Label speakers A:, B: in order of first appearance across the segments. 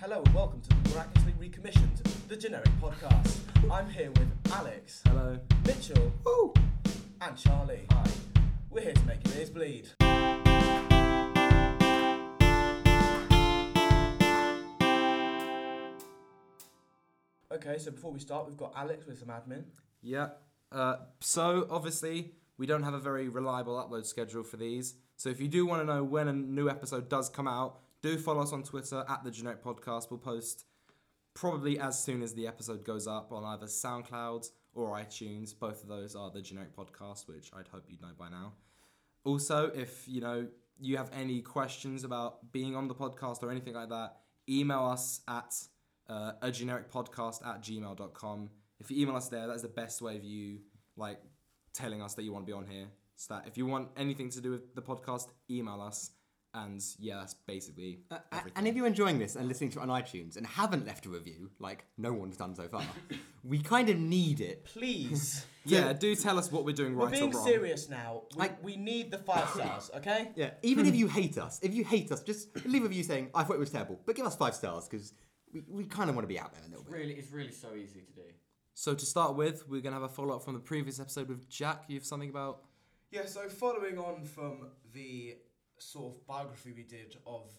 A: Hello and welcome to the Miraculously Recommissioned, the generic podcast. I'm here with Alex,
B: Hello.
A: Mitchell,
B: Woo!
A: and Charlie.
B: Hi.
A: We're here to make your ears bleed. Okay, so before we start, we've got Alex with some admin.
B: Yeah. Uh, so obviously we don't have a very reliable upload schedule for these. So if you do want to know when a new episode does come out, do follow us on Twitter at the Generic Podcast. We'll post probably as soon as the episode goes up on either SoundCloud or iTunes. Both of those are the Generic Podcast, which I'd hope you'd know by now. Also, if you know you have any questions about being on the podcast or anything like that, email us at uh, a generic podcast at gmail.com. If you email us there, that's the best way of you like telling us that you want to be on here. So that if you want anything to do with the podcast, email us. And yeah, that's basically
C: Uh, a-
B: everything.
C: and if you're enjoying this and listening to it on iTunes and haven't left a review, like no one's done so far, we kind of need it.
A: Please.
B: yeah, do tell us what we're doing
A: We're
B: right
A: being
B: or wrong.
A: serious now. We,
C: Like-
A: we need the five stars, okay?
C: Yeah, even if you hate us, if you hate us, just leave a review saying I thought it was terrible, but give us five stars because we, we kind of want to be out there a little bit.
D: Really, it's really so easy to do.
B: So to start with, we're gonna have a follow up from the previous episode with Jack. You have something about
A: Yeah, so following on from the sort of biography we did of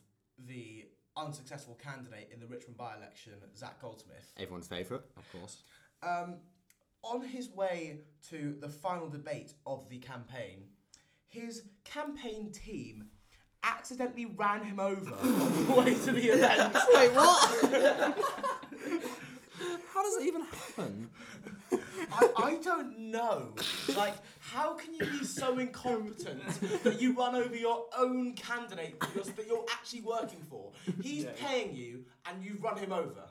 A: the unsuccessful candidate in the Richmond by election, Zach Goldsmith,
C: Everyone's favourite.
B: Of course.
A: um, on his way to the final debate of the campaign, his campaign team accidentally ran him over on the way to the event.
C: Wait, what?
B: How does it even happen?
A: I, I don't know. Like, how can you be so incompetent that you run over your own candidate that you're, that you're actually working for? He's paying you and you run him over.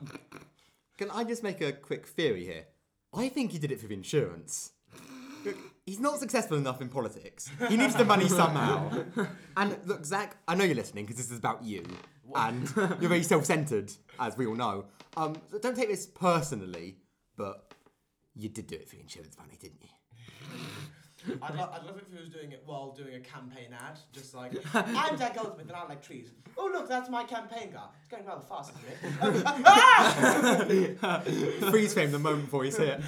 C: Can I just make a quick theory here? I think he did it for the insurance. Look, He's not successful enough in politics. He needs the money somehow. And look, Zach, I know you're listening because this is about you, and you're very self-centered, as we all know. Um, so don't take this personally, but you did do it for the insurance money, didn't you?
A: I'd, lo- I'd love it if he was doing it while doing a campaign ad. Just like, I'm Jack Goldsmith and I like trees. Oh, look, that's my campaign guy. It's going rather fast, isn't it?
C: Freeze frame the moment before he's here.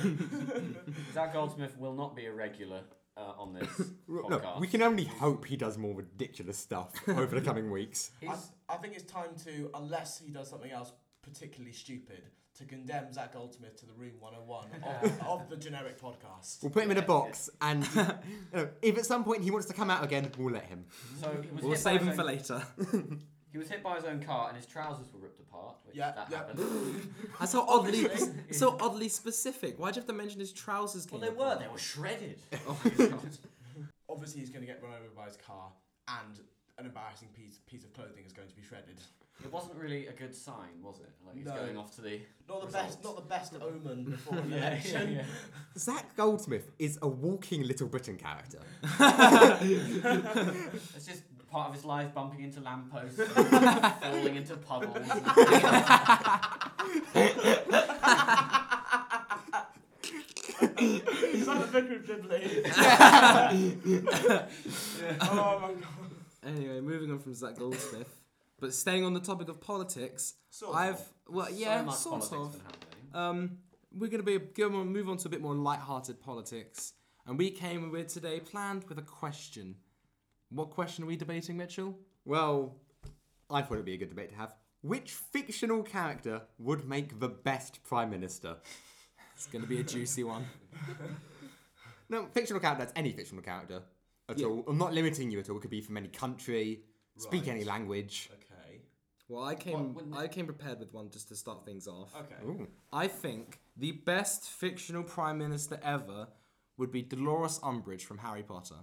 D: Zach Goldsmith will not be a regular uh, on this podcast.
C: No, we can only hope he does more ridiculous stuff over the coming weeks.
A: I,
D: He's-
A: I think it's time to, unless he does something else particularly stupid, to condemn Zach Goldsmith to the Room 101 of, of the generic podcast.
C: We'll put him in a box, and you know, if at some point he wants to come out again, we'll let him.
D: so he was
B: We'll
D: hit by
B: save
D: his
B: him for
D: own-
B: later.
D: He was hit by his own car, and his trousers were ripped apart. Which
A: Yeah,
D: that
A: yeah.
D: happened.
B: That's so oddly, so oddly specific. Why'd you have to mention his trousers?
D: well,
B: came
D: they were.
B: apart?
D: They were shredded. Oh my God.
A: obviously he's going to get run over by his car and an embarrassing piece, piece of clothing is going to be shredded.
D: It wasn't really a good sign, was it? Like he's
A: No.
D: going off to the.
A: Not the best,
D: results.
A: not the best omen before an
D: Yeah, yeah,
A: election.
D: yeah.
C: Zach Goldsmith is a walking Little Britain character.
D: It's just part of his life bumping into lampposts, falling into puddles. I
A: Is that the Vicar of Dibley? Oh my god.
B: Anyway, moving on from Zach Goldsmith, but staying on the topic of politics,
A: Sort of.
B: I've well, yeah,
D: so much
B: sort
D: politics
B: of.
D: been happening.
B: Um, we're gonna be go on, move on to a bit more light-hearted politics, and we came with today planned with a question. What question are we debating, Mitchell?
C: Well, I thought it'd be a good debate to have. Which fictional character would make the best prime minister?
B: It's gonna be a juicy one.
C: No, fictional character. That's any fictional character at
B: Yeah.
C: all. I'm not limiting you at all. It could be from any country, speak any
A: Right.
C: language.
A: Okay.
B: Well, I came
D: wouldn't it-
B: I came prepared with one just to start things off.
A: Okay.
C: Ooh.
B: I think the best fictional prime minister ever would be Dolores Umbridge from Harry Potter.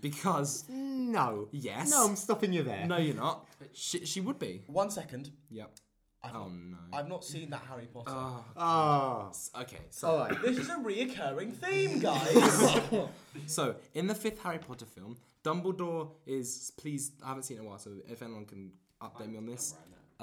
B: because
C: No.
B: Yes.
C: No, I'm stopping you there.
B: no, you're not. She, she would be.
A: One second.
B: Yep.
A: I've,
B: Oh
A: not,
B: no.
A: I've not seen that Harry Potter.
C: Ah.
B: Okay. So,
C: All right.
A: This is a reoccurring theme, guys.
B: so in the fifth Harry Potter film, Dumbledore is please. I haven't seen it in a while, so if anyone can update me on this,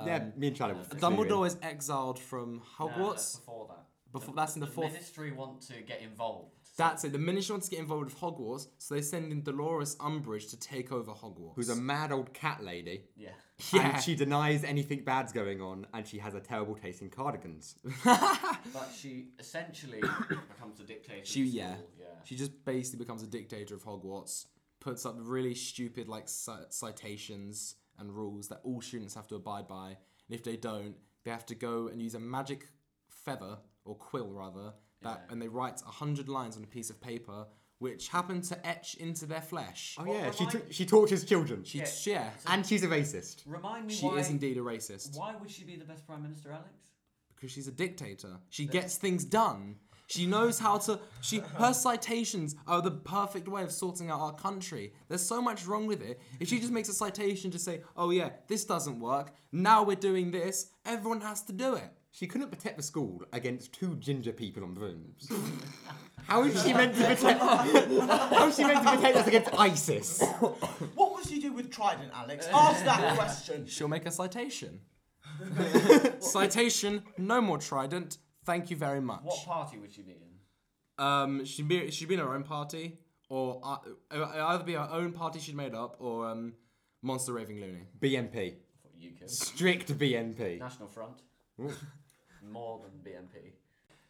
C: yeah, me and Charlie. will fill you in.
B: Dumbledore is exiled from
D: No, that's
B: Hogwarts.
D: Uh, before that.
B: Before- that's in the fourth-
D: Ministry want to get involved,
B: That's it. The ministry wants to get involved with Hogwarts, so they send in Dolores Umbridge to take over Hogwarts.
C: Who's a mad old cat lady.
D: Yeah.
B: yeah?
C: And she denies anything bad's going on, and she has a terrible taste in cardigans.
D: But she essentially becomes a dictator. of
B: She-
D: the
B: yeah.
D: school, Yeah.
B: She just basically becomes a dictator of Hogwarts, puts up really stupid like ci- citations and rules that all students have to abide by, and if they don't, they have to go and use a magic feather or quill rather that,
D: Yeah.
B: and they write a hundred lines on a piece of paper, which happen to etch into their flesh.
C: Oh
D: Well,
C: yeah, she, t-
D: remind-
C: she tortures children,
B: She,
D: yeah.
B: yeah,
C: and she's a racist.
D: Remind me
B: she
D: why.
B: is indeed a racist
D: Why would she be the best prime minister, Alex?
B: because she's a dictator. She gets things done. She knows how to. She her citations are the perfect way of sorting out our country. There's so much wrong with it. If she just makes a citation to say, "Oh yeah, this doesn't work. Now we're doing this," everyone has to do it.
C: She couldn't protect the school against two ginger people on brooms. How is she meant to protect? How is she meant to protect us against ISIS?
A: What would you do with Trident, Alex? Ask that question.
B: She'll make a citation. citation. No more trident. Thank you very much.
D: What party would she be in?
B: Um, she'd be she'd be in her own party, or uh, it would either be her own party she'd made up, or um, monster raving loony.
C: BNP,
D: UKIP.
C: strict BNP.
D: National Front. More than BNP.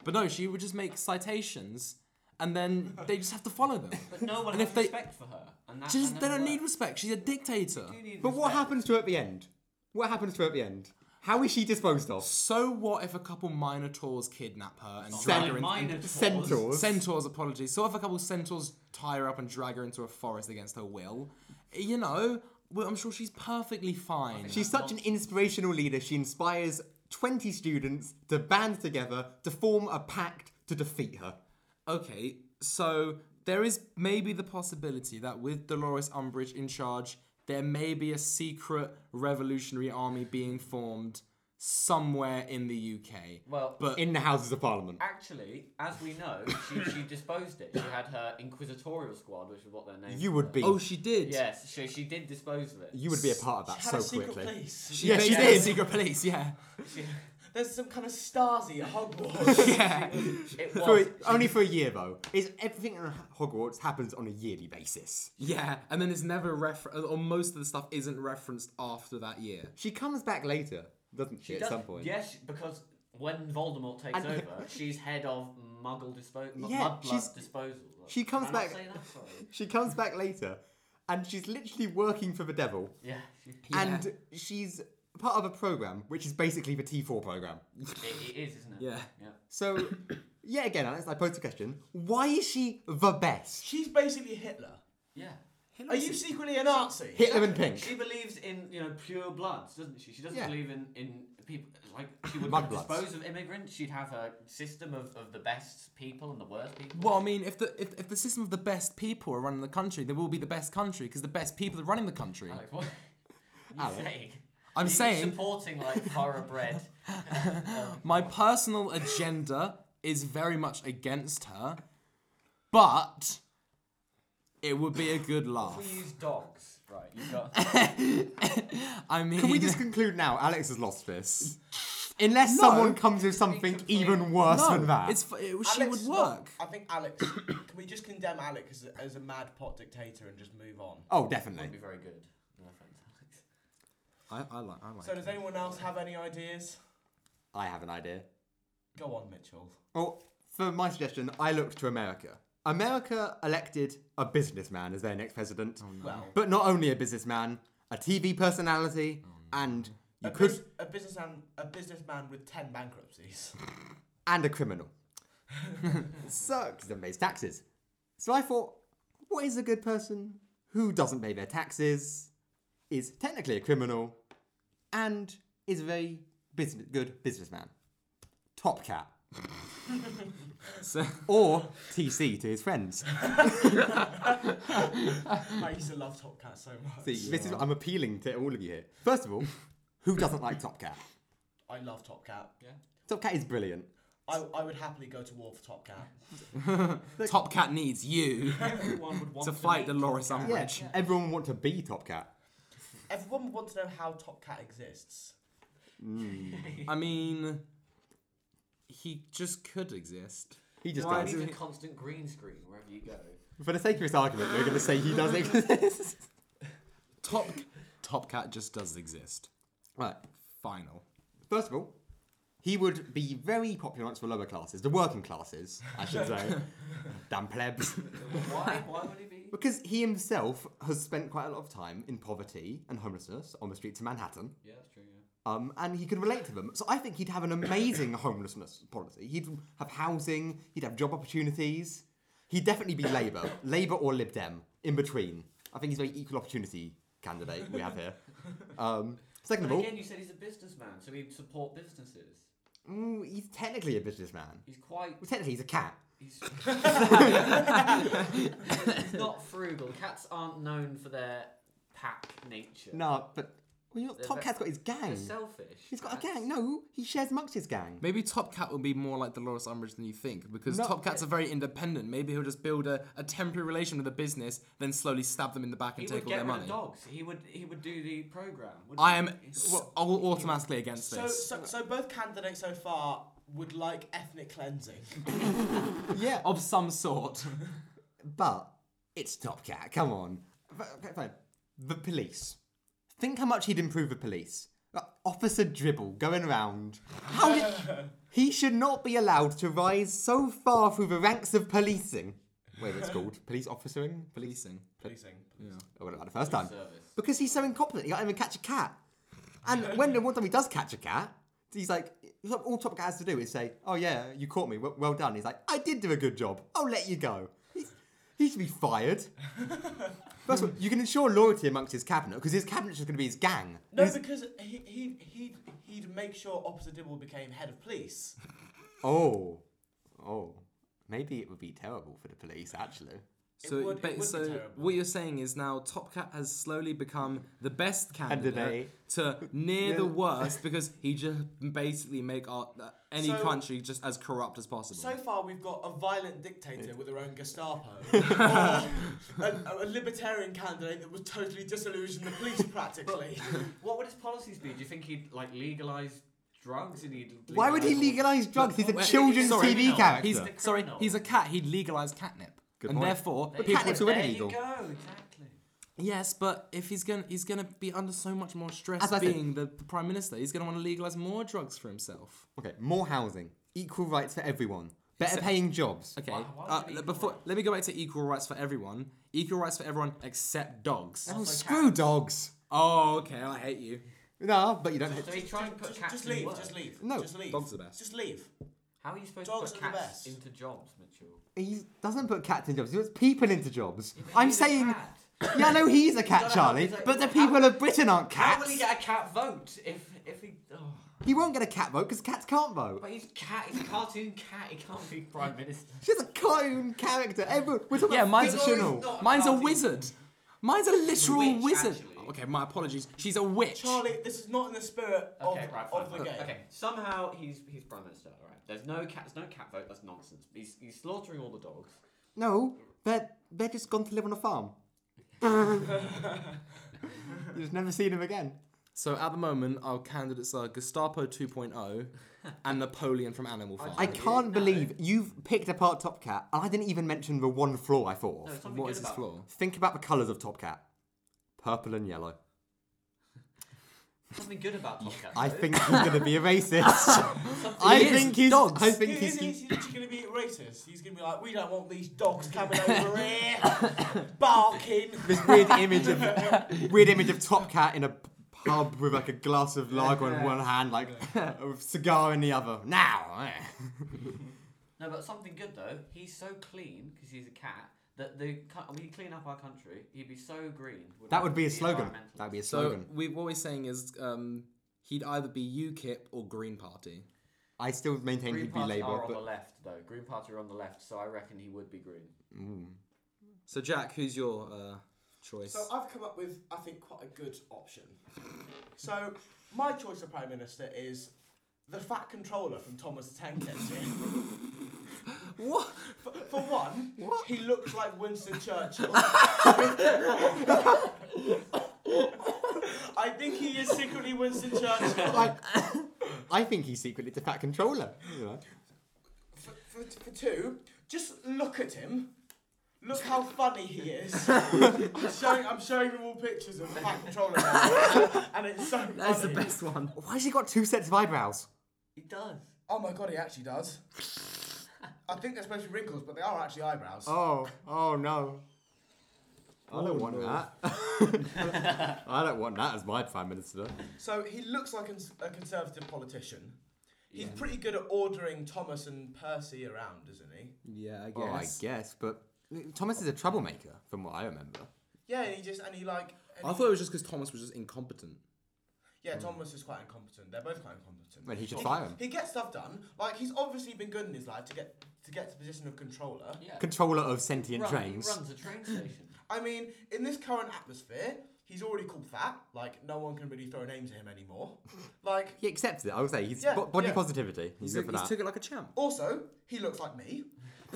B: But no, she would just make citations, and then they just have to follow them.
D: But no one
B: And
D: has
B: if they-
D: respect for her. And that,
B: She just,
D: that
B: they
D: never
B: don't need
D: worked.
B: respect. She's a dictator.
D: You do need
C: But what
D: respect.
C: happens to her at the end? What happens to her at the end? How is she disposed of?
B: So what if a couple minotaurs kidnap her and
D: Sorry,
B: drag
C: Cent-
B: her in?
D: minor centaurs.
C: Centaurs.
B: Centaurs, apologies. So if a couple centaurs tie her up and drag her into a forest against her will, you know, well, I'm sure she's perfectly fine.
C: She's such an inspirational leader. She inspires 20 students to band together to form a pact to defeat her.
B: Okay, so there is maybe the possibility that with Dolores Umbridge in charge, there may be a secret revolutionary army being formed somewhere in the UK.
D: Well,
B: but
C: In the Houses of Parliament.
D: actually, as we know, she, she disposed it. She had her inquisitorial squad, which is what their name
C: You would be
B: oh, she did.
D: Yes, so she did dispose of it.
C: you would be a part of that
A: She had
C: so
A: a secret
C: quickly.
A: place.
B: She
C: Yeah, she
B: basically
C: did.
B: Secret police. Yeah.
A: There's some kind of Stasi at Hogwarts.
B: Yeah.
D: It
C: For,
D: was.
C: only for a year though. Is everything in Hogwarts happens on a yearly basis.
B: Yeah, and then it's never refer or most of the stuff isn't referenced after that year.
C: She comes back later, doesn't she,
D: She
C: at
D: does-
C: some point?
D: Yes, because when Voldemort takes
C: And-
D: over, she's head of Muggle disposal.
C: Yeah,
D: Mudblood
C: she's-
D: disposal.
C: she comes
D: Can I not
C: back-
D: say that? Sorry.
C: She comes back later and she's literally working for the devil.
D: Yeah, she-
C: And she's part of a program which is basically the T4 program.
D: it, it is, isn't it?
B: Yeah.
D: yeah.
C: So, yeah, again, Alex, I posed the question. Why is she the best?
A: She's basically Hitler.
D: Yeah.
A: Are you secretly a Nazi?
C: Hitler and Pink.
D: She believes in you know pure bloods, doesn't she? She doesn't
C: Yeah.
D: believe in in people like she would
C: Mud bloods.
D: dispose of immigrants. She'd have a system of, of the best people and the worst people.
B: Well, I mean, if the if, if the system of the best people are running the country, then we'll be the best country because the best people are running the country.
D: Alex, what are you
C: Alex.
D: saying?
B: I'm
D: You- you're
B: saying
D: supporting like thoroughbred. um,
B: my personal agenda is very much against her, but it would be a good
D: if
B: laugh.
D: we use dogs, right? You've got
B: I mean,
C: Can we just conclude now? Alex has lost this. Unless someone comes with something even worse
B: no,
C: than that.
B: It's f- it, she
A: Alex-
B: would work.
A: I think Alex. can we just condemn Alex as a, as a mad pot dictator and just move on?
C: Oh,
D: would be
C: definitely.
D: very good. No offense, Alex.
B: I, I like I like.
A: So does
B: her.
A: anyone else have any ideas?
C: I have an idea.
A: Go on, Mitchell.
C: Well, for my suggestion, I looked to America. America elected a businessman as their next president.
A: Well,
C: But not only a businessman, a TV personality, and you
A: a,
C: could
A: bus- a businessman, a businessman with ten bankruptcies.
C: and a criminal. so, 'cause they pays taxes. So I thought, what is a good person who doesn't pay their taxes, is technically a criminal, and is a very business, good businessman? Top cat.
B: So-
C: Or TC to his friends.
A: I used to love Top Cat so much.
C: See, this is I'm appealing to all of you here. First of all, who doesn't like Top Cat?
A: I love Top Cat.
D: Yeah.
C: Top Cat is brilliant.
A: I, I would happily go to war for Top Cat.
B: Top Cat needs you
D: Everyone would want
B: to fight
D: meet
B: Dolores
D: Top Cat.
C: Yeah,
B: Umbridge.
C: everyone would want to be Top Cat.
A: Everyone would want to know how Top Cat exists.
B: I mean, he just could exist.
C: He just
B: Why
D: Why
C: does.
B: do
D: needs a
B: we-
D: constant green screen wherever you go?
C: For the sake of this argument, we're going to say he does exist.
B: Top Top Cat just does exist.
C: right.
B: Final.
C: First of all, he would be very popular amongst the lower classes, the working classes, I should say. Damn plebs.
D: Why? Why would he be?
C: Because he himself has spent quite a lot of time in poverty and homelessness on the streets of Manhattan.
D: Yeah, that's true. Yeah.
C: um, and he could relate to them. So I think he'd have an amazing homelessness policy. He'd have housing, he'd have job opportunities. He'd definitely be Labour, Labour or Lib Dem, in between. I think he's a very equal opportunity candidate we have here. Um, second of
D: But
C: all,
D: again, you said he's a businessman, so he'd support businesses.
C: mm, he's technically a businessman.
D: He's quite.
C: Well, technically, he's a cat.
D: He's, he's not frugal. Cats aren't known for their pack nature.
C: No, but well, you know,
D: They're
C: Top
D: ve-
C: Cat's got his
D: They're
C: gang.
D: selfish.
C: He's got a
D: cats.
C: gang. No, he shares amongst his gang.
B: Maybe Top Cat will be more like Dolores Umbridge than you think, because
C: No,
B: Top Cats are very independent. Maybe he'll just build a, a temporary relation with a business, then slowly stab them in the back
D: He
B: and
D: would
B: take all
D: get
B: their
D: rid
B: money.
D: of dogs. He would. He would do the program.
B: I am so automatically against
A: So,
B: this.
A: so, so both candidates so far would like ethnic cleansing.
C: yeah,
B: Of some sort.
C: But it's Top Cat. Come on. F- Okay, fine. The police. Think how much he'd improve the police. Uh, Officer Dribble going around. How did- he should not be allowed to rise so far through the ranks of policing. Wait, it's called police officering. Police.
B: Policing.
A: Policing.
C: I went about the first time
D: Service.
C: because he's so incompetent. He can't even catch a cat. And when the one time he does catch a cat, he's like, all Top Cat has to do is say, "Oh yeah, you caught me. Well, well done." He's like, "I did do a good job. I'll let you go." He's, he should be fired. First of all, you can ensure loyalty amongst his cabinet because his cabinet's just going to be his gang.
A: No,
C: His-
A: because he he he'd, he'd make sure Officer Dibble became head of police.
C: oh, oh, maybe it would be terrible for the police actually.
B: So,
A: would- it
B: ba-
A: would be
B: so
A: terrible.
B: what you're saying is now Top Cat has slowly become the best candidate to near
C: Yeah.
B: the worst because he just basically make our, uh, any
A: So-
B: country just as corrupt as possible.
A: So far, we've got a violent dictator with their own Gestapo, or a, a libertarian candidate that would totally disillusion the police practically.
D: What would his policies be? Do you think he'd like legalise drugs and he'd?
C: Why would he legalise drugs? He's a children's
B: Sorry,
C: TV
D: no.
C: character.
B: he's,
D: The
B: sorry,
D: criminal.
B: he's a cat. He'd legalize catnip,
C: Good
B: and
C: point.
B: therefore
D: There
B: people.
D: you go,
C: catnip's already
D: there
C: legal.
D: You go exactly.
B: Yes, but if he's gonna he's gonna be under so much more stress
C: As I said-
B: being the, the prime minister, he's gonna want to legalize more drugs for himself.
C: okay, more housing, equal rights for everyone, better
B: Except-
C: paying jobs.
B: Okay.
D: Why- why
B: uh,
D: would he
B: le-
D: do
B: before
D: that?
B: let me go back to equal rights for everyone. Equal rights for everyone except dogs.
C: Oh,
D: Also
C: screw
D: cats.
C: dogs.
B: Oh, okay. I hate you.
C: No, but you don't.
D: So he tried to put
A: Just,
D: cats
A: just
D: in
A: leave,
D: work.
A: just leave.
C: No,
A: just leave.
B: dogs are best.
A: Just leave.
D: How are you supposed
A: Dogs
D: to
A: are
D: put
A: the
D: cats
A: best.
D: into jobs, Mitchell?
C: He doesn't put cats in jobs. He puts people into jobs. I'm
D: He's a
C: saying.
D: cat.
C: Yeah, I know he's a cat,
D: He's not a-
C: Charlie,
D: he's a-
C: but the
D: how-
C: people of Britain aren't
D: How will
C: cats.
D: he get a cat vote if if he? Oh.
C: He won't get a cat vote because cats can't vote.
D: But he's cat. He's a cartoon cat. He can't be prime minister.
C: She's a cartoon character. Everyone, we're talking
B: Yeah,
C: about
B: mine's a-
C: fictional.
D: No, he's not.
B: Mine's a
D: Cardi-
B: wizard. Mine's a literal
D: witch,
B: wizard.
D: actually.
B: Oh, okay, my apologies. She's a witch.
A: Charlie, this is not in the spirit of,
D: Okay, right,
A: of the
D: fine.
A: game.
D: Okay, somehow he's he's prime minister. All right. There's no cat. There's no cat vote. That's nonsense. He's, he's slaughtering all the dogs.
C: No, they're they're just gone to live on a farm. you just never seen him again.
B: So at the moment, our candidates are Gestapo 2.0 and Napoleon from Animal Farm.
C: I can't
D: No.
C: believe you've picked apart Top Cat, and I didn't even mention the one flaw I thought.
D: No,
C: of.
D: it's something
B: what
D: good
B: is his
D: about him.
B: flaw?
C: Think about the colours of Top Cat: purple and yellow.
D: Something good about Top Cat.
C: I
D: though.
C: think he's gonna be a racist.
D: Something
C: I
B: He is
C: think he's.
B: dogs.
C: I
A: He-
C: think
A: He's,
C: he's.
A: he's, going to be racist. He's going to be like, we don't want these dogs coming over here, barking.
C: this weird image of weird image of Top Cat in a pub with like a glass of lager in one hand, like a cigar in the other. Now, eh.
D: No, but something good though. He's so clean because he's a cat that the co- we clean up our country. He'd be so green. wouldn't
C: that
D: he?
C: would be a
D: The
C: slogan.
D: environmental-
C: That would be a
B: So
C: slogan.
B: we, what we're saying is um, he'd either be UKIP or Green Party.
C: I still maintain
D: Green
C: he'd be
D: Party
C: Labour,
D: are on the
C: but
D: left though. Green Party are on the left, so I reckon he would be green.
B: So Jack, who's your uh, choice?
A: So I've come up with, I think, quite a good option. So my choice of prime minister is the fat controller from Thomas the Tank Engine.
B: what?
A: For, for one, he looks like Winston Churchill. I think he is secretly Winston Churchill.
C: I, I think he's secretly the fat controller. you know.
A: For, for, for two, just look at him. Look how funny he is. I'm showing, I'm showing them all pictures of Pack Patrol, and, and it's so funny.
B: That's the best one.
C: Why has he got two sets of eyebrows?
D: He does.
A: Oh my god, he actually does. I think they're supposed to be wrinkles, but they are actually eyebrows.
C: Oh, oh no. I don't
B: Oh,
C: want
B: no.
C: that. I don't want that as my prime minister.
A: So he looks like a, a conservative politician. He's pretty good at ordering Thomas and Percy around, isn't he?
B: Yeah, I guess.
C: Oh, I guess, but uh, Thomas is a troublemaker, from what I remember.
A: Yeah, and he just and he like. and
B: I
C: Oh.
A: he-
B: thought it was just because Thomas was just incompetent.
A: Yeah, Thomas is quite incompetent. They're both quite incompetent.
C: Well, he should fire him.
A: He gets stuff done. Like he's obviously been good in his life to get to get to the position of controller.
D: Yeah.
C: Controller of sentient
D: Run-
C: trains.
D: He runs a train station.
A: I mean, in this current atmosphere, he's already called fat. Like no one can really throw names at him anymore. like
C: He accepts it. I would say he's
A: Yeah,
C: bo- body
A: yeah.
C: positivity.
B: He's,
C: He's, good for
B: he's
C: that.
B: took it like a champ.
A: also, he looks like me.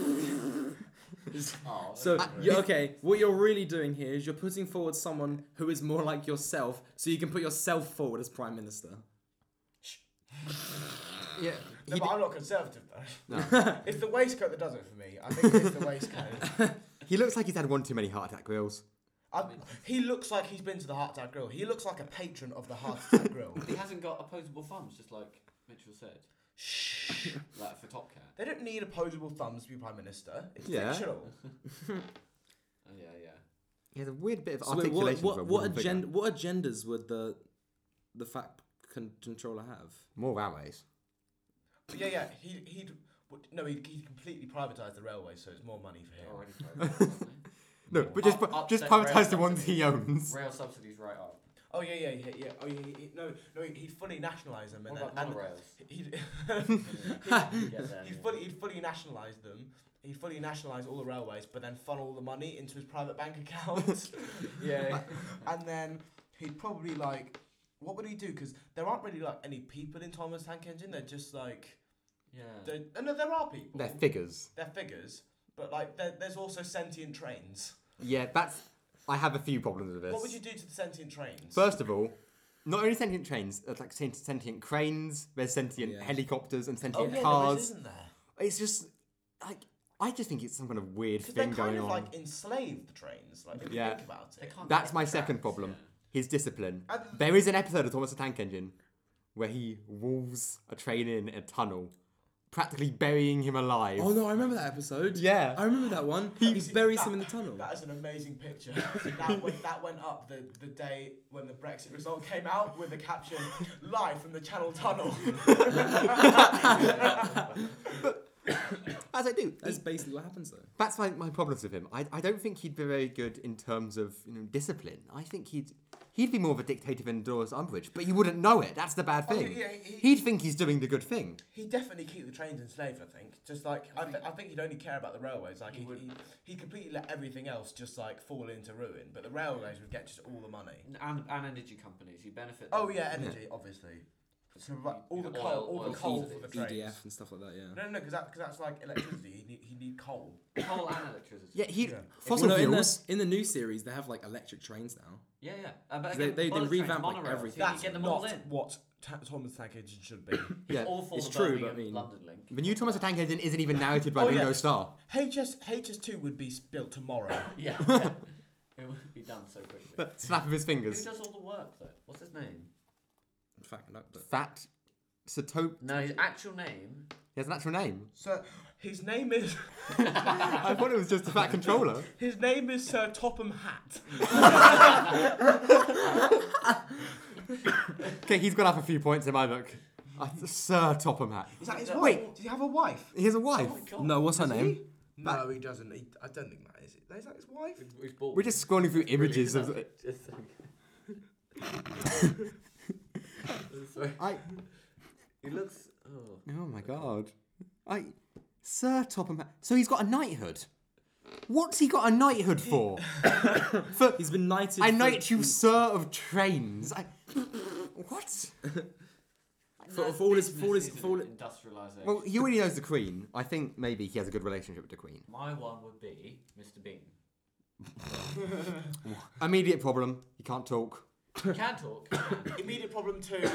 D: Oh,
B: So,
D: okay.
B: you- okay, what you're really doing here is you're putting forward someone who is more like yourself, so you can put yourself forward as prime minister.
C: yeah,
A: No,
C: he,
A: but
C: d-
A: I'm not conservative though.
C: No.
A: it's the waistcoat that does it for me. I think it's the waistcoat.
C: he looks like he's had one too many heart attack grills.
A: I, he looks like he's been to the Heart Attack Grill. He looks like a patron of the Heart Attack Grill.
D: he hasn't got opposable thumbs, just like Mitchell said.
A: Shh.
D: Like for Top Cat.
A: They don't need opposable thumbs to be prime minister. It's
C: Yeah.
A: fictional.
D: Oh, yeah, yeah.
C: He has a weird bit of
B: So wait,
C: articulation.
B: what
C: for a
B: what, what,
C: wooden figure.
B: agen- what agendas would the the fact con- controller have?
C: More railways.
A: But yeah, yeah. He he'd would- no, he'd, he'd completely privatise the railway, so it's more money for him.
D: Already privatised, aren't
C: No, but just
D: Up-
C: just
D: upset rail
C: privatise the ones
D: company.
C: he owns.
D: they? Rail subsidies right up.
A: Oh yeah, yeah, yeah, yeah. Oh, yeah, yeah, yeah. no, no. He'd fully nationalise them, and
D: What
A: then
D: about monorails?
A: and he'd
D: Get there
A: he'd
D: anyway.
A: fully he'd fully nationalise them. He'd fully nationalise all the railways, but then funnel all the money into his private bank account.
D: Yeah.
A: and then he'd probably like, what would he do? Because there aren't really like any people in Thomas Tank Engine. They're just like,
D: yeah.
A: they're, no, there are people.
C: They're figures.
A: they're figures, but like there, there's also sentient trains.
C: Yeah, that's. I have a few problems with this.
A: What would you do to the sentient trains?
C: First of all, not only sentient trains, there's like sent- sentient cranes, there's sentient
B: Yeah.
C: helicopters and
A: oh
C: sentient
A: yeah, there is,
C: cars.
A: isn't there?
C: It's just like I just think it's some kind of weird
A: Because they're
C: thing
A: kind
C: going
A: of
C: on.
A: like enslaved trains. Like if
C: Yeah.
A: you think about
D: They
A: it.
D: can't
C: That's
D: get
C: my
D: tracks,
C: second problem.
D: yeah.
C: His discipline.
A: And-
C: there is an episode of Thomas the Tank Engine where he wolves a train in a tunnel, practically burying him alive.
B: Oh no, I remember that episode.
C: Yeah.
B: I remember that one. He, buries
A: that-
B: him in the tunnel.
A: That is an amazing picture. that, went, that went up the, the day when the Brexit result came out with the caption "Live from the Channel Tunnel."
C: As I do.
B: That's
C: He-
B: basically what happens though.
C: that's my, my problems with him. I, I don't think he'd be very good in terms of you know discipline. I think he'd he'd be more of a dictator than Doris Umbridge, but you wouldn't know it. That's the bad
A: Oh, yeah,
C: thing.
A: yeah, he-
C: he'd think he's doing the good thing.
A: he'd definitely keep the trains enslaved. I think. Just like I, th- I think he'd only care about the railways. Like he,
D: would.
A: he, he completely let everything else just like fall into ruin. But the railways would get just all the money.
D: And, and energy companies, you benefit.
A: Oh
D: them.
A: yeah, energy obviously. So, right, all the
D: Oil-
A: coal, all
D: oil
A: the coal
B: Oh,
D: subsidies.
A: for the trains.
B: EDF and stuff like that. Yeah.
A: No, no, no, because that, 'cause that's like electricity. he need, he need coal.
D: Coal and electricity.
C: Yeah, he
A: Yeah.
C: fossil
B: Well, no, in,
C: fuels.
B: the, in the new series, they have like electric trains now.
D: Yeah, yeah. Uh, but
B: They-
D: again,
B: they- they
D: bullet trains,
B: revamped, like,
D: monorails,
B: everything.
D: You
A: That's
D: can get them
A: not
D: all in.
A: what ta- Thomas Tank Engine should be.
C: yeah.
D: all for
B: it's
D: the
B: true,
D: Birmingham
B: but I mean-
D: London link.
C: The new Thomas the Tank Engine isn't even narrated by
A: Oh,
C: Ringo
A: yeah.
C: Starr.
A: HS HS2 would be s- built tomorrow.
D: Yeah. yeah. it would be done so quickly.
C: Snap of his
D: Who
C: fingers.
D: does all the work though? What's his name?
B: In fact, no, but-
C: Fat Sato.
D: No, his actual name.
C: He has an actual name.
A: So his name is
C: I thought it was just a fat controller.
A: his name is Sir Topham Hatt.
C: Okay, he's gone up a few points in my book. I, Sir Topham Hat.
A: Is that his
D: No.
A: wife? Does he have a wife?
C: He has a wife.
D: Oh my god.
B: no, what's her
C: Does
B: name?
C: he?
A: No, he doesn't. He, I don't think that is it. Is that his wife?
D: He's bald.
C: We're just scrolling through
D: Really,
C: images
D: that's
C: of.
D: just so good. Sorry.
C: I.
D: He looks. Oh.
C: Oh my god. I. Sir Topham Hat. So he's got a knighthood. What's he got a knighthood for? for
B: He's been knighted.
C: I
B: for-
C: knight you, Sir of Trains. I, what?
B: For- for all his- for all his- for all-
D: industrialization.
C: Well, he already knows the Queen. I think maybe he has a good relationship with the Queen.
D: My one would be Mr. Bean.
C: Immediate problem. He can't talk.
D: He can talk. he can.
A: Immediate problem two.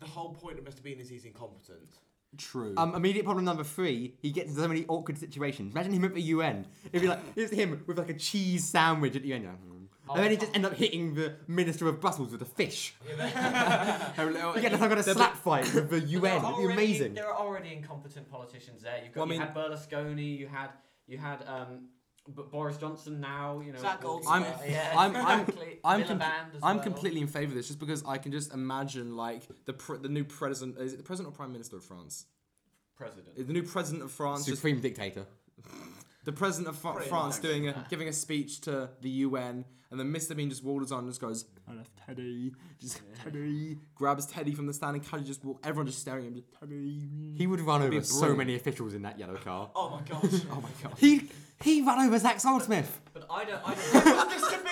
A: the whole point of Mr Bean is he's incompetent.
B: True.
C: Um, immediate problem number three, he gets into so many awkward situations. Imagine him at the UN. It'd be like, here's him with like a cheese sandwich at the UN. like, "Hmm." and then he just end
B: Oh,
C: up hitting the Minister of Brussels with a fish. You get some kind of slap fight with the
D: But there
C: UN.
D: are
C: It'd be
D: already-
C: amazing.
D: There are already incompetent politicians there. You've got
B: Well, I
D: you
B: mean-
D: had Berlusconi, you had you had um, B- Boris Johnson. Now you know.
A: Zach
D: walking
A: Goldsmith.
D: about.
A: I'm-
D: yeah,
B: I'm- I'm-
D: exactly.
B: I'm
D: Miliband
B: compl-
D: as
B: I'm
D: well.
B: completely in favour of this just because I can just imagine like the pr- the new president is it the president or prime minister of France?
D: president.
B: The new president of France, just
C: Supreme dictator.
B: the president of Fr-
A: Pretty
B: France
A: much.
B: doing a giving a speech to the UN, and then Mr Bean just wanders on and just goes, "I love Teddy," just Teddy grabs Teddy from the stand and kind of just walk. Everyone just staring at him, just, Teddy.
C: He would run
B: It'd be
C: over so
B: brilliant.
C: many officials in that yellow car.
A: Oh my gosh.
B: Oh my god!
C: He he ran over Zach Goldsmith.
D: But I don't. I don't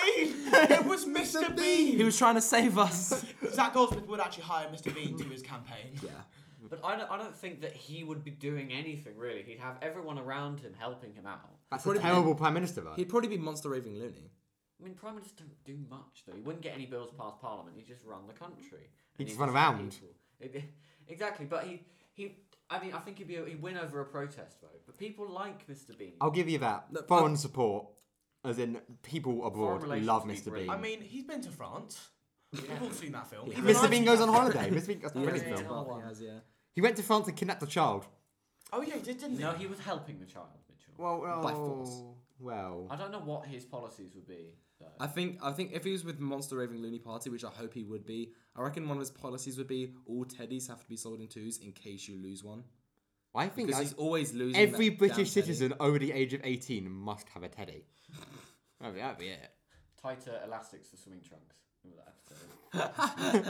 A: It was Mr. Bean! It was Mr. Bean!
B: He was trying to save us.
A: Zach Goldsmith would actually hire Mr. Bean to do his campaign.
B: yeah.
D: but I don't. I don't think that he would be doing anything really. He'd have everyone around him helping him out.
C: That's a
B: Probably-
C: terrible prime minister, though.
B: He'd probably be monster raving loony.
D: I mean, prime ministers don't do much though. He wouldn't get any bills past parliament. He just run the country.
C: He'd
D: And
C: just
D: he'd
C: run
D: get
C: around.
D: people. It- exactly, but he he. I mean, I think he'd be he'd win over a protest vote. But people like Mr. Bean.
C: I'll give you that.
B: Look,
C: Foreign support, as in people abroad,
D: relations
C: love
D: would be
C: Mr. Bean.
D: brilliant.
A: I mean, he's been to France. We've all seen that film. Even
C: Mr.
A: I've
C: Bean
A: seen
C: goes
A: that
C: on
A: film.
C: holiday. Mr. Bean, that's a
B: Yeah,
C: brilliant
D: yeah,
C: film.
D: yeah.
B: he has, yeah.
C: He went to France and kidnapped a child.
A: Oh yeah, he did, didn't he?
D: No, he was helping the child, Mitchell.
C: Well,
B: By force.
C: oh, Well,
D: I don't know what his policies would be. Though.
B: I think I think if he was with Monster Raving Loony Party, which I hope he would be, I reckon one of his policies would be all teddies have to be sold in twos in case you lose one.
C: I think
B: Because
C: I-
B: he's always losing.
C: every
B: that
C: British
B: damn teddy.
C: citizen over the age of 18 must have a teddy. that'd, be, that'd be it.
D: Tighter elastics for swimming trunks. Remember that episode?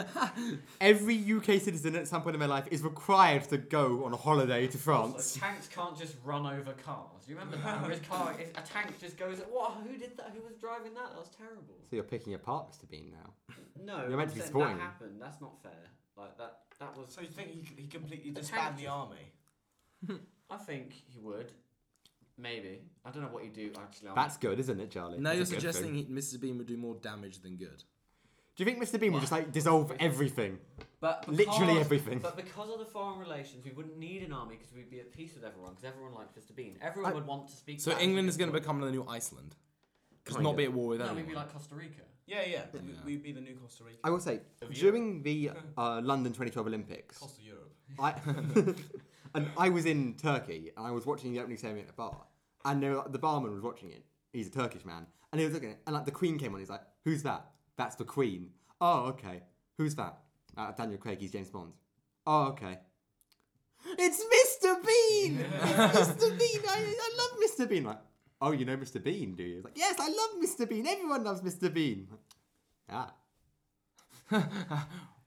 C: Every UK citizen at some point in their life is required to go on a holiday to France.
D: Also, tanks can't just run over cars. Do you remember that? Where his car, his- a tank just goes. What? Who did that? Who was driving that? That was terrible.
C: So you're picking apart Mr. Bean now.
B: Oh.
D: No,
C: You're meant
D: I'm
C: to be
D: saying
C: supporting
D: That
C: him.
D: happened. That's not fair. Like that. That was.
A: So you think he, he completely
D: The
A: disbanded
D: tank-
A: the army?
D: I think he would. Maybe. I don't know what you do actually. I'm-
C: That's good, isn't it, Charlie?
B: Now
C: That's
B: you're
C: a good
B: suggesting
C: thing.
B: he, Mr. Bean would do more damage than good.
C: Do you think Mr. Bean will just like dissolve everything?
D: but
C: Literally
D: because-
C: everything.
D: But because of the foreign relations, we wouldn't need an army because we'd be at peace with everyone because everyone liked Mr. Bean. Everyone
C: I-
D: would want to speak.
B: So
D: back
B: England is going to
D: him.
B: become the new Iceland. Just
C: Kind
B: not
C: of.
B: be at war with
D: No,
B: anyone.
D: we'd be like Costa Rica.
A: Yeah, yeah.
B: Yeah.
A: We, would be the new Costa Rica.
C: I will say,
A: Of Europe.
C: during the uh, London 2012 Olympics,
A: Costa Europe.
C: I and I was in Turkey and I was watching the opening ceremony at a bar, and there, the barman was watching it. He's a Turkish man, and he was looking at it, and like the Queen came on. He's like, "Who's that? That's the Queen." Oh, okay. Who's that? Uh, Daniel Craig. He's James Bond. Oh, okay. It's Mr. Bean. it's Mr. Bean. I, I love Mr. Bean. Like, oh, you know Mr. Bean, do you? He's like, yes, I love Mr. Bean. Everyone loves Mr. Bean. Ah.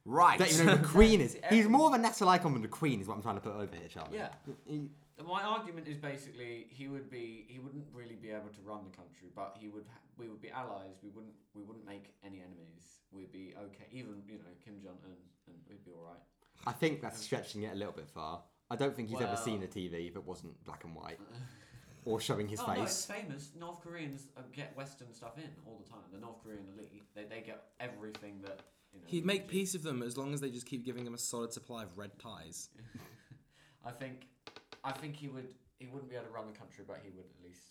B: right.
C: Don't even know who the Queen is. He's more of a national icon than the Queen, is what I'm trying to put over here, Charlie.
D: Yeah.
C: He-
D: My argument is basically he would be he wouldn't really be able to run the country, but he would ha- we would be allies. We wouldn't we wouldn't make any enemies. We'd be okay. Even you know Kim Jong Un, and we'd be all right.
C: I think that's stretching it a little bit far. I don't think he's ever
D: Well-
C: seen a TV that wasn't black and white or showing his
D: oh no, it's
C: face.
D: famous. North Koreans uh, get Western stuff in all the time. The North Korean elite they, they get everything that you know.
B: He'd
D: we
B: make
D: produce.
B: peace with them as long as they just keep giving him a solid supply of red ties.
D: I think, I think he would he wouldn't be able to run the country, but he would at least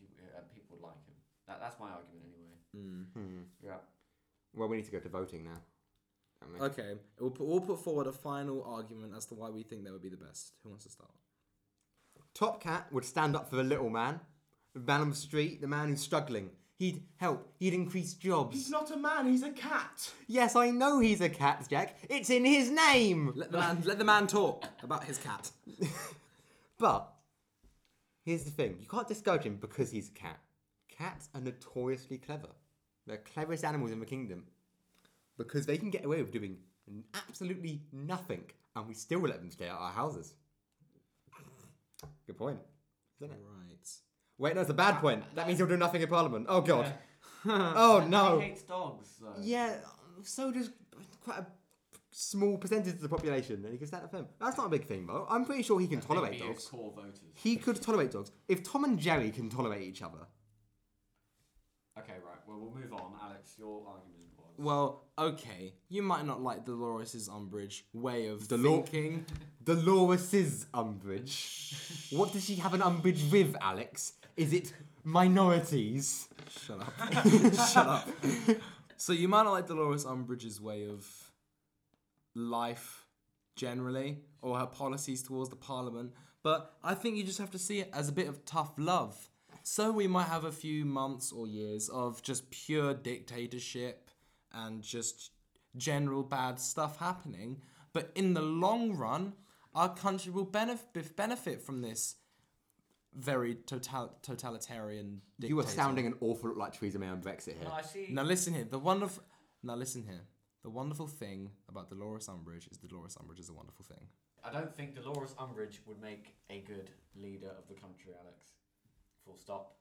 D: he uh, people would like him. That, that's my argument anyway.
C: Hmm.
D: Yeah.
C: Well, we need to go to voting now. don't we?
B: Okay, we'll put, we'll put forward a final argument as to why we think that would be the best. Who wants to start?
C: Top Cat would stand up for the little man, the man on the street, the man who's struggling. He'd help. He'd
A: He's
C: increase jobs.
A: not a man. He's a cat.
C: Yes, I know he's a cat, Jack. It's in his name.
B: Let the man let the man talk about his cat.
C: But here's the thing: you can't discourage him because he's a cat. Cats are notoriously clever. They're the cleverest animals in the kingdom because they can get away with doing n- absolutely nothing, and we still let them stay at our houses. Good point. Isn't it?
B: Right.
C: Wait, no, it's a bad point. That means he'll do nothing in Parliament. Oh God. oh
D: He
C: no.
D: hates dogs. So.
C: Yeah. So does quite a small percentage of the population, and he can stand up for them. That's not a big thing, though. I'm pretty sure he can tolerate
D: Maybe his
C: dogs.
D: Core voters.
C: He could tolerate dogs. If Tom and Jerry can tolerate each other,
D: Okay, right. Well, we'll move on. Alex, your argument was.
B: well, okay, you might not like Dolores' Umbridge way of
C: Dolo-
B: thinking.
C: Dolores' umbrage. what does she have an umbrage with, Alex? Is it minorities?
B: Shut up. Shut up. So you might not like Dolores Umbridge's way of life generally, or her policies towards the Parliament, but I think you just have to see it as a bit of tough love. So we might have a few months or years of just pure dictatorship and just general bad stuff happening, but in the long run, our country will benef- benefit from this very total- totalitarian dictator.
C: You are sounding an awful lot like Theresa May on Brexit here.
D: No, I see.
B: Now listen here. The wonderful. Now listen here. The wonderful thing about Dolores Umbridge is Dolores Umbridge is a wonderful thing.
D: I don't think Dolores Umbridge would make a good leader of the country, Alex. Full stop.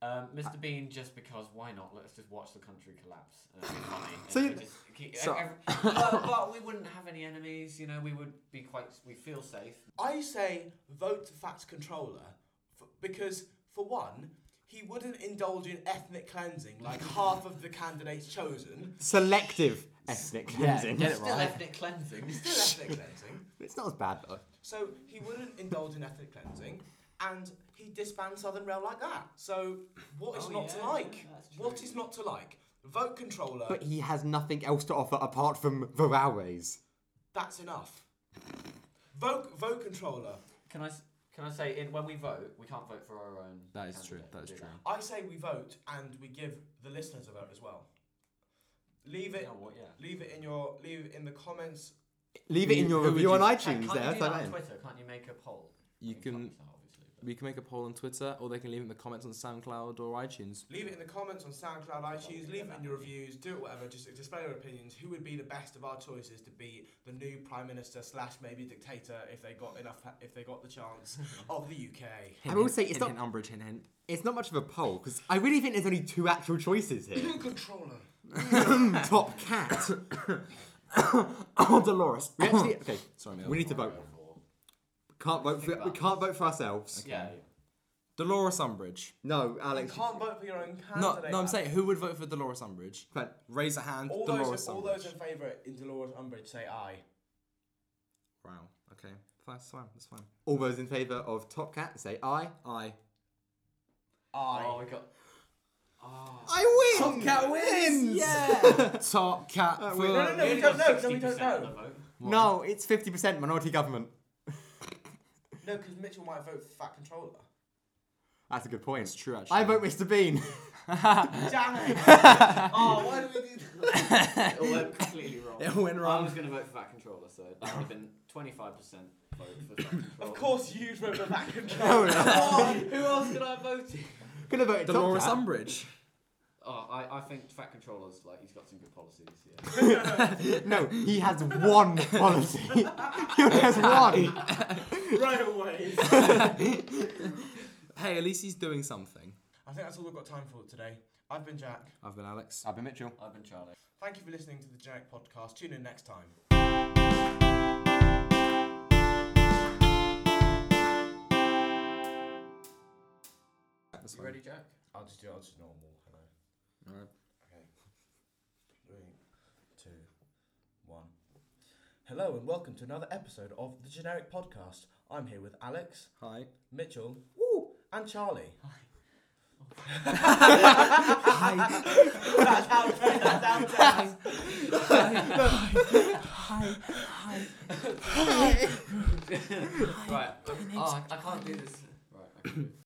D: Um, Mr. Bean, just because why not? Let's just watch the country collapse. And it'd be funny. And
C: So you-
D: we just keep-
B: so-
D: every- but, but we wouldn't have any enemies, you know. We would be quite. We feel safe.
A: I say vote Fats Controller f because, for one, he wouldn't indulge in ethnic cleansing like half of the candidates chosen.
C: Selective ethnic cleansing.
B: get it
D: Still
B: right.
D: ethnic cleansing.
A: Still ethnic cleansing.
C: It's not as bad though.
A: So he wouldn't indulge in ethnic cleansing, and he disbanded Southern Rail like that. So what is
D: Oh,
A: not to
D: yeah,
A: like?
D: that's true.
A: What is not to like? Vote controller.
C: But he has nothing else to offer apart from the railways.
A: that's enough. Vote vote controller.
D: Can I? s- Can I say in when we vote, we can't vote for our own.
B: That is true.
D: candidate.
B: That is
D: Do
B: true.
A: I say we vote and we give the listeners a vote as well. Leave
D: You
A: it.
D: know what, yeah.
A: Leave it in your leave it in the comments.
C: Leave it in your
B: Who would
C: review
B: you-
C: on
D: Can-
C: iTunes
D: can't
C: there.
D: you do
C: so
D: that on
C: then.
D: Twitter? Can't you make a poll?
B: You
D: I
B: can.
D: mean, can't yourself, obviously, but-
B: We can make a poll on Twitter, or they can leave it in the comments on SoundCloud or iTunes.
A: Leave it in the comments on SoundCloud, iTunes. Leave it in your reviews. Do it whatever. Just display your opinions. Who would be the best of our choices to be the new prime minister slash maybe dictator if they got enough if they got the chance of the UK.
B: Hint,
C: I will
B: hint,
C: say it's
B: hint, hint,
C: not-
B: Umbridge. Hint, hint.
C: It's not much of a poll because I really think there's only two actual choices here.
A: Controller.
C: Top cat.
B: Oh, Dolores.
C: We actually okay.
B: Sorry,
C: We
B: Neil.
C: need to vote.
D: for-
C: Can't vote for
D: Think
C: we
D: about
C: can't vote for ourselves.
D: Yeah. yeah.
B: Dolores Umbridge.
C: No,
A: You
C: Alex.
A: can't vote for your own candidate.
B: No, no, I'm
A: man.
B: saying who would vote for Dolores Umbridge?
C: But
B: Raise a hand.
A: all
B: Dolores
A: those all
B: Umbridge.
A: those in favour in Dolores Umbridge say aye.
B: Wow. Okay. That's fine. That's fine.
C: all those in favour of Top Cat say aye.
B: I.
A: Aye.
D: Oh, we got. Oh.
C: I
B: Top Cat wins. Yeah. Top Cat.
C: Uh,
B: for-
C: we-
A: no, no, no, we
D: only
A: don't
D: got
A: know. No, we don't
D: 60% of
A: know.
D: the vote.
C: No, it's fifty percent minority government.
A: No, because Mitchell might vote for Fat Controller.
C: That's a good
B: It's
C: point.
B: true. Actually.
C: I vote Mr. Bean.
A: Damn it! oh, why do we do that?
D: It went completely wrong.
B: It went
D: I
B: wrong.
D: was going to vote for that controller, so that would have been 25% vote for that controller.
A: Of course, you vote for Fat
C: Oh,
A: Controller.
D: Oh,
C: yeah.
D: who else could I have voted?
C: Gonna vote Top
B: Dolores
C: Cat.
B: Umbridge.
D: Oh, I, I think Fat Controller's, like, he's got some good policies, yeah.
C: No, he has one policy. he only has one.
A: right away.
B: Hey, at least he's doing something.
A: I think that's all we've got time for today. I've been Jack.
B: I've been Alex.
C: I've been Mitchell.
D: I've been Charlie.
A: Thank you for listening to the Generic Podcast. Tune in next time.
B: That's
D: You ready, Jack?
A: I'll just do. I'll just normal. Hello.
B: All right.
A: Okay. Three, two, one. Hello and welcome to another episode of the Generic Podcast. I'm here with Alex,
B: Hi.
A: Mitchell, woo, and Charlie.
B: Hi.
A: that's how it that's how it sounds.
B: Hi. Hi.
D: Right. Oh, I, I can't do this. Right, I can do it.